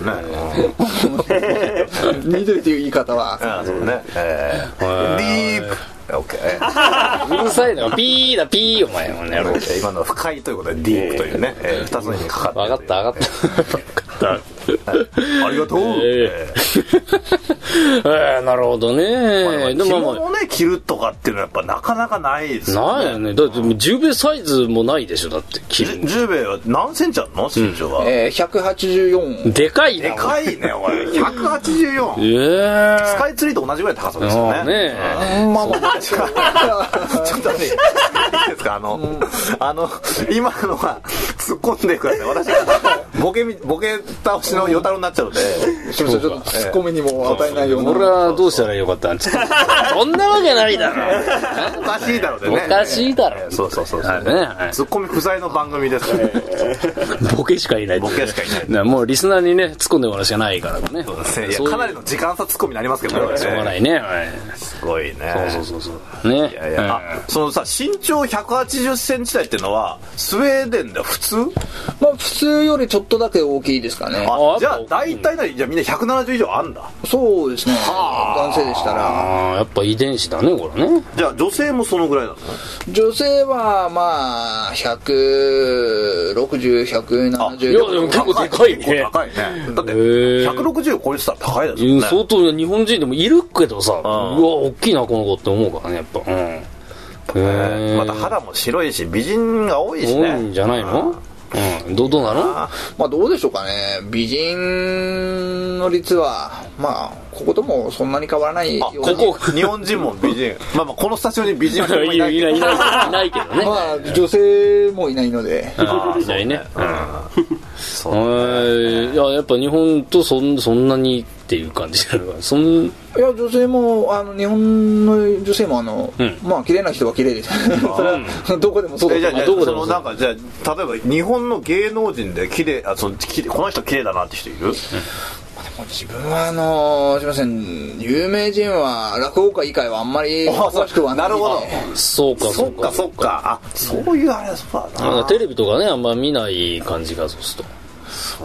[SPEAKER 3] 逃げてるという言い方は。
[SPEAKER 2] あそうねえーディープオッケ ー
[SPEAKER 1] うるさいな。ピーだ、ピー、お前もね。分
[SPEAKER 2] 今のは不快ということでディープというねえー二つの意味にかか
[SPEAKER 1] か
[SPEAKER 2] っ
[SPEAKER 1] ってた、分かった。分かっ
[SPEAKER 2] たありがとう
[SPEAKER 1] えた。えー、なるほどね。でも
[SPEAKER 2] 着
[SPEAKER 1] まあ
[SPEAKER 2] 物をね着るとかっていうのはやっぱなかなかないですよ
[SPEAKER 1] ないよね。だってもう10倍サイズもないでしょ、だって。
[SPEAKER 2] じ
[SPEAKER 1] 着
[SPEAKER 2] ゅ
[SPEAKER 1] る
[SPEAKER 2] 10名は何センチあるの身長が
[SPEAKER 3] えー、184。
[SPEAKER 1] でかいな。
[SPEAKER 2] でかいねおい184
[SPEAKER 1] ええ
[SPEAKER 2] スカイツリーと同じぐらいの高さですよね
[SPEAKER 1] ね
[SPEAKER 2] うん
[SPEAKER 3] まあまあ、
[SPEAKER 2] ちょっとね、いいですか、あの、あの、今のは突っ込んでください。私がボケみ、ボケ倒しの与太郎になっちゃうので、
[SPEAKER 3] すみません、ちょっとツッコミにも与えないような。
[SPEAKER 1] 俺はどうしたらよかったん そんなわけないだろ。
[SPEAKER 2] おかしいだろうで
[SPEAKER 1] お
[SPEAKER 2] ね。
[SPEAKER 1] かしいだろ。
[SPEAKER 2] そうそうそうそう。
[SPEAKER 1] はいねはい
[SPEAKER 2] ツッコミ不在の番組です から、
[SPEAKER 1] ボケしかいない。
[SPEAKER 2] ボケしかいない
[SPEAKER 1] な。もうリスナーにね、突っ込んでもらうしかないからね。そう
[SPEAKER 2] いや
[SPEAKER 1] いう
[SPEAKER 2] かなりの時間差ツッコミになりますけどね、これね
[SPEAKER 1] しょうがないね。はい
[SPEAKER 2] すごいね。
[SPEAKER 1] そうそうそうそう。ね。い
[SPEAKER 2] いやいやあそのさ、身長180センチ台っていうのは、スウェーデンでは普通
[SPEAKER 3] まあ、普通よりちょっとだけ大きいですかね。
[SPEAKER 2] あ
[SPEAKER 1] あ
[SPEAKER 2] じゃあ、大体なり、じゃあみんな170以上あんだ。
[SPEAKER 3] そうですね。男性でしたら。
[SPEAKER 1] あーやっぱ遺伝子だね、これね。
[SPEAKER 2] じゃあ、女性もそのぐらいなの
[SPEAKER 3] 女性は、まあ、
[SPEAKER 1] いや
[SPEAKER 2] あ
[SPEAKER 3] 160、170。
[SPEAKER 1] でも結構でかいね
[SPEAKER 2] 結構高いね。だって、
[SPEAKER 1] へー
[SPEAKER 2] 160超えてたら高いです
[SPEAKER 1] う
[SPEAKER 2] よ
[SPEAKER 1] ん、
[SPEAKER 2] ね。
[SPEAKER 1] 相当日本人でもいるけどさ、う
[SPEAKER 2] あー
[SPEAKER 1] わ、大きいな、この子って思うからね、やっぱ。うん。へー
[SPEAKER 2] また肌も白いし、美人が多いし
[SPEAKER 1] 多
[SPEAKER 2] ね。
[SPEAKER 1] いんじゃないのうん。ど、どうなの
[SPEAKER 3] まあ、どうでしょうかね。美人の率は、まあ、ここともそんなに変わらないような。
[SPEAKER 1] ここ
[SPEAKER 2] 日本人も美人。まあまあ、このスタジオに美人は
[SPEAKER 1] いない、いない、いない、いないけどね。
[SPEAKER 3] まあ、女性もいないので。
[SPEAKER 1] あーいないね。
[SPEAKER 2] そうね
[SPEAKER 1] はい。いや、やっぱ日本とそんそんなにっていう感じだ から、そん、
[SPEAKER 3] いや、女性も、あの、日本の女性も、あの、
[SPEAKER 1] うん
[SPEAKER 3] まあ、綺麗な人は綺麗です。 それは、どこでもそうだ
[SPEAKER 2] えじゃあ、
[SPEAKER 3] と
[SPEAKER 2] じゃ
[SPEAKER 3] 思
[SPEAKER 2] あ
[SPEAKER 1] どこで
[SPEAKER 2] そ
[SPEAKER 1] も
[SPEAKER 2] のなんか、じゃあ、例えば日本の芸能人で綺麗、あ、その、綺麗この人綺麗だなって人いる
[SPEAKER 3] う。自分は、あの、すいません、有名人は、落語家以外はあんまり、詳しくはない
[SPEAKER 2] なるほど。
[SPEAKER 1] そうか、
[SPEAKER 2] そっか、そっか。あ、そういうあれ、そうだ
[SPEAKER 1] なん
[SPEAKER 2] な
[SPEAKER 1] か。テレビとかね、あんま見ない感じが、そうする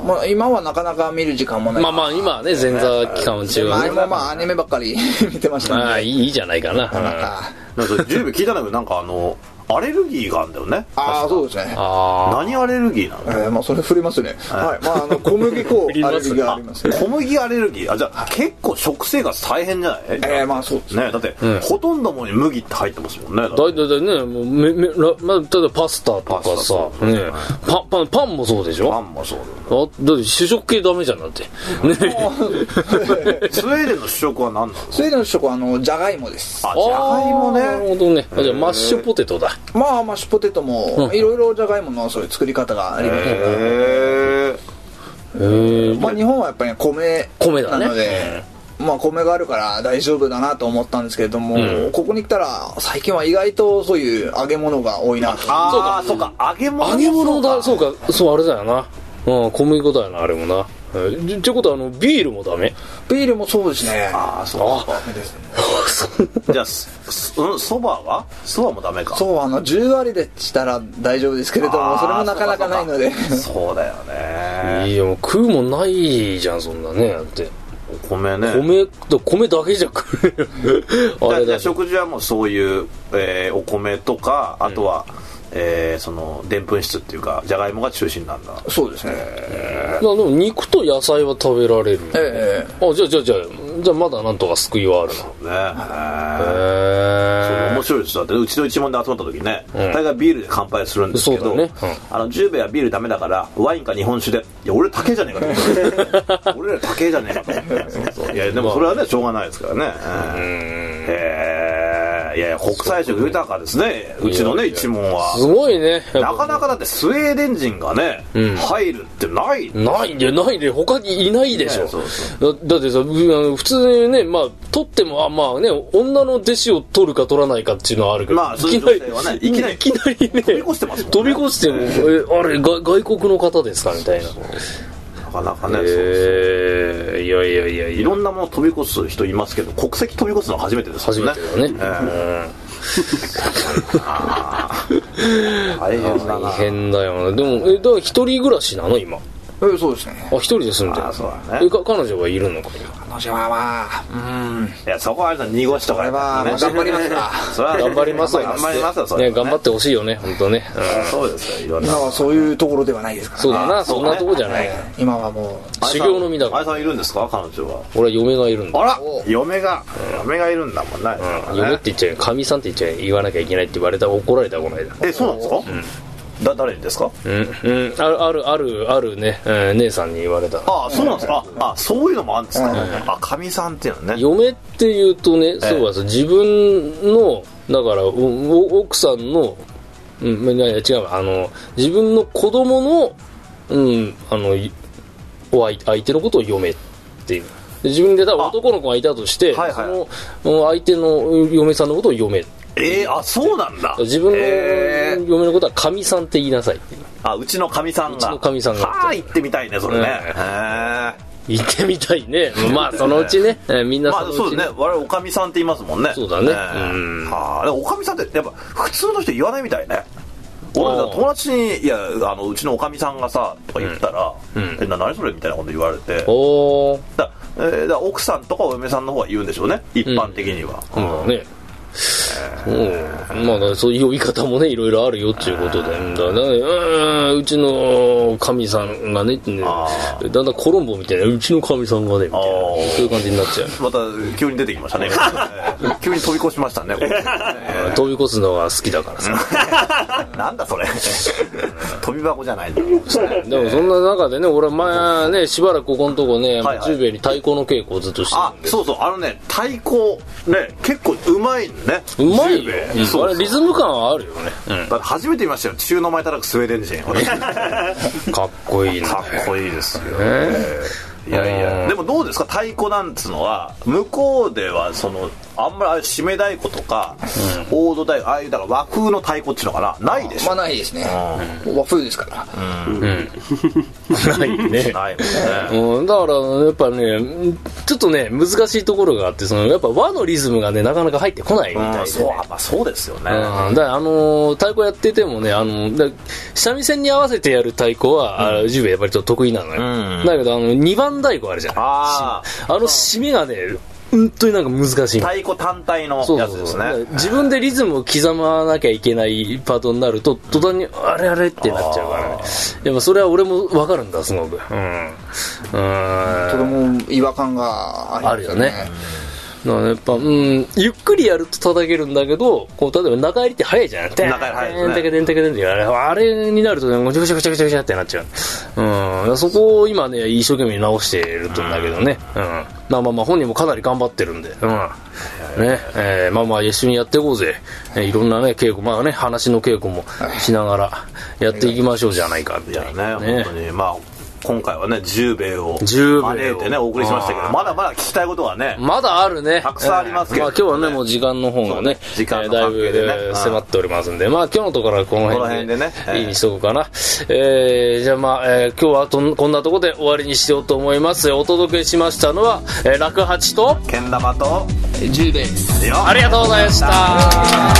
[SPEAKER 3] まあ、今はなかなか見る時間も
[SPEAKER 1] と。
[SPEAKER 3] ない。
[SPEAKER 1] まあまあ、今はね、前座期間中は
[SPEAKER 3] 前
[SPEAKER 1] ね。
[SPEAKER 3] もまあ、アニメばっかり見てましたね。
[SPEAKER 1] まあ、いいいいじゃないかな。
[SPEAKER 3] なん
[SPEAKER 1] うん
[SPEAKER 3] か
[SPEAKER 2] なんか、10秒聞いたんだけど、なんかあの、アレルギーがあるんだよね。
[SPEAKER 3] ああ、そうですね。
[SPEAKER 1] あ
[SPEAKER 2] 何アレルギーなの
[SPEAKER 3] えーまあ、それ振りますね。はい。まあ、あの、小麦粉
[SPEAKER 1] 振り
[SPEAKER 3] ア
[SPEAKER 1] ま
[SPEAKER 3] レ
[SPEAKER 1] す
[SPEAKER 3] ルギーがありますね。
[SPEAKER 2] 小麦アレルギーあじゃあ結構食生活大変じゃない
[SPEAKER 3] えーまあそうです
[SPEAKER 2] ねだって、
[SPEAKER 1] ん
[SPEAKER 2] ほとんどもに麦って入ってますもんねだって
[SPEAKER 1] あ。大体だね、もう、め、め、らまあ、例えばパスタと
[SPEAKER 2] パスタ
[SPEAKER 1] かさ
[SPEAKER 2] そう、
[SPEAKER 1] ね、パン、パン、パンもそうでし
[SPEAKER 2] パ
[SPEAKER 1] ょ
[SPEAKER 2] ンもそうだよ
[SPEAKER 1] あ、だって主食系ダメじゃん、だって。ね。
[SPEAKER 2] スウェーデンの主食は何なの
[SPEAKER 3] スウェーデンの主食は、あの、じゃがいもです。
[SPEAKER 2] あじゃがいも
[SPEAKER 1] あーなる
[SPEAKER 2] ね
[SPEAKER 1] ほどね。あじゃあ、マッシュポテトだ。
[SPEAKER 3] まあ、マッシュポテトも、いろいろじゃがいもの、そういう作り方がありますね。
[SPEAKER 2] へえ
[SPEAKER 1] へー
[SPEAKER 3] まあ、日本はやっぱり米
[SPEAKER 1] 米だね
[SPEAKER 3] なので、まあ、米があるから大丈夫だなと思ったんですけれども、
[SPEAKER 1] うん
[SPEAKER 3] ここに来たら最近は意外とそういう揚げ物が多いなと
[SPEAKER 2] ああそうか揚げ物
[SPEAKER 1] 揚げ物だ、そうか、そう、あれだよな。うん、小麦粉だよな、あれもな。えーじゃってことは、あの、ビールもダメ
[SPEAKER 3] ビールもそうですね
[SPEAKER 2] ああそうか
[SPEAKER 1] そん
[SPEAKER 2] じゃあすうんそばはそばもダメか
[SPEAKER 3] そうあの10割でしたら大丈夫ですけれど
[SPEAKER 2] あ
[SPEAKER 3] も
[SPEAKER 2] ー
[SPEAKER 3] それもなかなかないので
[SPEAKER 2] そうかそうだよね
[SPEAKER 1] いや、もう食うもんないじゃん、そんなね。だって、
[SPEAKER 2] お米ね
[SPEAKER 1] 米、だ米だけじゃ食 えないあ
[SPEAKER 2] じゃあ
[SPEAKER 1] れ
[SPEAKER 2] じゃあ
[SPEAKER 1] だし。
[SPEAKER 2] 食事はもうそういう、えーお米とかあとは、えーそのでんぷん質っていうかじゃがいもが中心なんだ
[SPEAKER 3] そうですね
[SPEAKER 1] まあでも、肉と野菜は食べられる。
[SPEAKER 3] え
[SPEAKER 1] あ、じゃあ、じゃあ、じゃあ、じゃあ、まだなんとか救いはある
[SPEAKER 2] ね、
[SPEAKER 1] な。へ
[SPEAKER 2] 面白いですだってうちの一問で集まった時ね、大概ビールで乾杯するんですけ
[SPEAKER 1] そ
[SPEAKER 2] ど、
[SPEAKER 1] うだねうん
[SPEAKER 2] あのジューベはビールダメだからワインか日本酒でいや俺高えじゃねえか と俺ら高えじゃねえかとそうそういやでもそれはねしょうがないですからね、へえいやいや、国際色豊かですね。うちのね、一門は。
[SPEAKER 1] すごいね。
[SPEAKER 2] なかなかだってスウェーデン人がね、
[SPEAKER 1] うん
[SPEAKER 2] 入るってない。
[SPEAKER 1] ないで、ないで、他にいないでし
[SPEAKER 2] い
[SPEAKER 1] ょ。
[SPEAKER 2] やそうそ
[SPEAKER 1] だだってさ、うあの普通にね、まあ、取っても、あまあね、女の弟子を取るか取らないかっていうのはあるけど、
[SPEAKER 2] まあそういう女性はねいきなり
[SPEAKER 1] いきなりね、飛
[SPEAKER 2] び越してますもんね
[SPEAKER 1] 飛び越しても、え、あれ、が外国の方ですかみたいな。
[SPEAKER 2] なかなかね、そう
[SPEAKER 1] えー、いやいやいやい
[SPEAKER 2] い
[SPEAKER 1] や
[SPEAKER 2] ろ。んなもの飛び越す人いますけど、国籍飛び越すのは初めてです
[SPEAKER 1] 初
[SPEAKER 2] よ
[SPEAKER 1] め
[SPEAKER 2] ね
[SPEAKER 1] て。だね。
[SPEAKER 2] 大変だな。
[SPEAKER 1] 大変だよな。でも、え、だから一人暮らしなの今。
[SPEAKER 3] えそうですね
[SPEAKER 1] あ、一人で住んでるの
[SPEAKER 2] あそうだね
[SPEAKER 1] え、か、彼女はいるのか
[SPEAKER 3] 彼女はまあうん
[SPEAKER 2] いや、そこはあれだ、濁しとか
[SPEAKER 3] これはまあ頑張りますか
[SPEAKER 2] それは
[SPEAKER 1] 頑張りますよ。
[SPEAKER 2] 頑張りますよ、そ
[SPEAKER 1] ね、
[SPEAKER 2] れは
[SPEAKER 1] 頑張ってほしいよね、本当ね。うん
[SPEAKER 2] そうですよ、いろんな
[SPEAKER 3] 今。はそういうところではないですから
[SPEAKER 1] そうだな、
[SPEAKER 2] あそ
[SPEAKER 1] そ
[SPEAKER 2] うんね
[SPEAKER 1] なとこじゃない。
[SPEAKER 3] 今はも
[SPEAKER 1] 修行の身だか
[SPEAKER 2] あ
[SPEAKER 1] ら
[SPEAKER 2] れさんいるんですか彼女は。
[SPEAKER 1] 俺は嫁がいるんだ。
[SPEAKER 2] あら
[SPEAKER 3] お
[SPEAKER 2] 嫁が、嫁がいるんだもんね。
[SPEAKER 1] 嫁って言っちゃうよ。神さんって言っちゃうよ。言わなきゃいけないって言われた怒られた、この間。
[SPEAKER 2] え、そうなんですかだ、誰にですか
[SPEAKER 1] うん、うん。ある、ある、ある、あるね、うん姉さんに言われた。
[SPEAKER 2] ああ、そうなんですかあ、あそういうのもあるんですかあ、かみさんっていうのね。
[SPEAKER 1] 嫁っていうとね、そうはさ、自分の、だから、おお奥さんの、うん、いやいや違うわ、あの、自分の子供の、うん、あの、いお相相手のことを嫁っていう。で自分でだから
[SPEAKER 2] あ
[SPEAKER 1] 男の子がいたとして、
[SPEAKER 2] はいはい
[SPEAKER 1] そのうん相手の嫁さんのことを嫁って
[SPEAKER 2] えー、あ、そうなんだ。
[SPEAKER 1] 自分の
[SPEAKER 2] えー
[SPEAKER 1] 嫁のことはかみさんって言いなさいって
[SPEAKER 2] あ、うちのかみさんが。う
[SPEAKER 1] ちのかみさんが
[SPEAKER 2] はあ、行ってみたいね、それね。
[SPEAKER 1] うん
[SPEAKER 2] へえ。
[SPEAKER 1] 言ってみたい ねまあそのうちねえーみんな
[SPEAKER 2] ま
[SPEAKER 1] そ
[SPEAKER 2] あ
[SPEAKER 1] のう
[SPEAKER 2] そう
[SPEAKER 1] ち
[SPEAKER 2] ですね、我々おかみさんって言いますもんね。
[SPEAKER 1] そうだね
[SPEAKER 2] え
[SPEAKER 1] うん
[SPEAKER 2] はあ、でもおかみさんってやっぱ普通の人言わないみたいね。俺
[SPEAKER 1] ああ
[SPEAKER 2] 友達に「いやあのうちのおかみさんがさ」とか言ったら「
[SPEAKER 1] うんうん
[SPEAKER 2] えな何それ?」みたいなこと言われて
[SPEAKER 1] おー
[SPEAKER 2] だ,、えーだから奥さんとかお嫁さんの方が言うんでしょうね一般的には、
[SPEAKER 1] うんね。うん、まあ、だからそういう呼び方もね、いろいろあるよっていうことで、うんだからね、うんうちの神さんがね、ってね
[SPEAKER 2] あ
[SPEAKER 1] だんだんコロンボみたいな、うちの神さんがね、みたいな、
[SPEAKER 2] あー
[SPEAKER 1] そういう感じになっちゃう。
[SPEAKER 2] また急に出てき ましたねえー急に飛び越しましたねこれえ
[SPEAKER 1] 飛び越すのが好きだからさ。
[SPEAKER 2] ーなんだ それ飛び箱じゃないんだ
[SPEAKER 1] でもそんな中でね、俺は前ね、しばらくここのとこね、
[SPEAKER 2] はいはい
[SPEAKER 1] 中米に太鼓の稽古をずっとして
[SPEAKER 2] あ
[SPEAKER 1] るんで。
[SPEAKER 2] そうそうあのね太鼓ね結構うまいのね
[SPEAKER 1] うまい
[SPEAKER 2] ジ
[SPEAKER 1] よ
[SPEAKER 2] ュー。ベ
[SPEAKER 1] うん
[SPEAKER 2] そう
[SPEAKER 1] あれ、リズム感はあるよね。
[SPEAKER 2] だから初めて見ましたよ中の前叩くスウェーデン人
[SPEAKER 1] かっこいいな。
[SPEAKER 2] かっこいいですよ
[SPEAKER 1] ね
[SPEAKER 2] いやい
[SPEAKER 1] うん
[SPEAKER 2] やでもどうですか太鼓なんつうのは向こうではそのあんまりあれ締め太鼓とか、大戸太鼓ああいうだから和風の太鼓っちゅうのかなないで
[SPEAKER 3] う
[SPEAKER 2] し
[SPEAKER 3] まあ
[SPEAKER 2] ょ、
[SPEAKER 3] ないですね和風ですから
[SPEAKER 1] ないね。
[SPEAKER 2] ないもんね
[SPEAKER 1] うん、だから、やっぱね、ちょっとね、難しいところがあって、その、やっぱ和のリズムがね、なかなか入ってこないみたいで、
[SPEAKER 2] う
[SPEAKER 1] ね。
[SPEAKER 2] ん、そうまあそうですよね、
[SPEAKER 1] うん、だからあのー太鼓やっててもね、あのだ三味線に合わせてやる太鼓は、あのジュベやっぱりちょっと得意なのよ。
[SPEAKER 2] うん
[SPEAKER 1] だけど、あの、二番太鼓あるじゃん。あ
[SPEAKER 2] ああ
[SPEAKER 1] の締めがね、本当になんか難しいの。
[SPEAKER 2] 太鼓単体の
[SPEAKER 1] そうそ
[SPEAKER 2] や
[SPEAKER 1] う
[SPEAKER 2] つ
[SPEAKER 1] そう
[SPEAKER 2] です
[SPEAKER 1] だから
[SPEAKER 2] ね
[SPEAKER 1] 自分でリズムを刻まなきゃいけないパートになると、途端に、あれあれってなっちゃうからね。やっぱそれは俺もわかるんだ、すごく。うん。うん
[SPEAKER 3] とても違和感があります
[SPEAKER 1] あるよねだからやっぱ、うん、ゆっくりやると叩けるんだけど、こう、例えば中入りって早いじゃん。中
[SPEAKER 2] 入り早いですね
[SPEAKER 1] てんてけてんてけてんってあれ、あれになるとね、ごちゃごちゃごちゃごちゃごちゃってなっちゃう。うん、そこを今ね、一生懸命直してるんだけどね。うん。まあまあまあ、本人もかなり頑張ってるんで。うん。ね、えーまあまあ、一緒にやっていこうぜ。えーいろんなね、稽古、まあね、話の稽古もしながらやっていきましょうじゃないか、み
[SPEAKER 2] い
[SPEAKER 1] た
[SPEAKER 2] や
[SPEAKER 1] いな。
[SPEAKER 2] ね本当にまあ今回はね10米を
[SPEAKER 1] 10米を
[SPEAKER 2] 招いてねお送りしましたけ
[SPEAKER 1] あ
[SPEAKER 2] ど
[SPEAKER 1] ー
[SPEAKER 2] まだまだ聞きたいことはね
[SPEAKER 1] まだあるね。
[SPEAKER 2] たくさんありますけど
[SPEAKER 1] まあ今日はね、もう時間の方がね、
[SPEAKER 2] そう時間
[SPEAKER 1] えー
[SPEAKER 2] の
[SPEAKER 1] だい
[SPEAKER 2] 関係でね
[SPEAKER 1] ぶえ
[SPEAKER 2] う
[SPEAKER 1] ー
[SPEAKER 2] ん
[SPEAKER 1] 迫っておりますんで、まあ今日のところはこの辺で、
[SPEAKER 2] この辺でね
[SPEAKER 1] いいにしとこうかな。えーじゃあまあ、えー今日はとんこんなとこで終わりにしようと思います。お届けしましたのは、えー、楽八と、
[SPEAKER 2] けん玉と
[SPEAKER 3] 10です
[SPEAKER 1] ありがとうございました。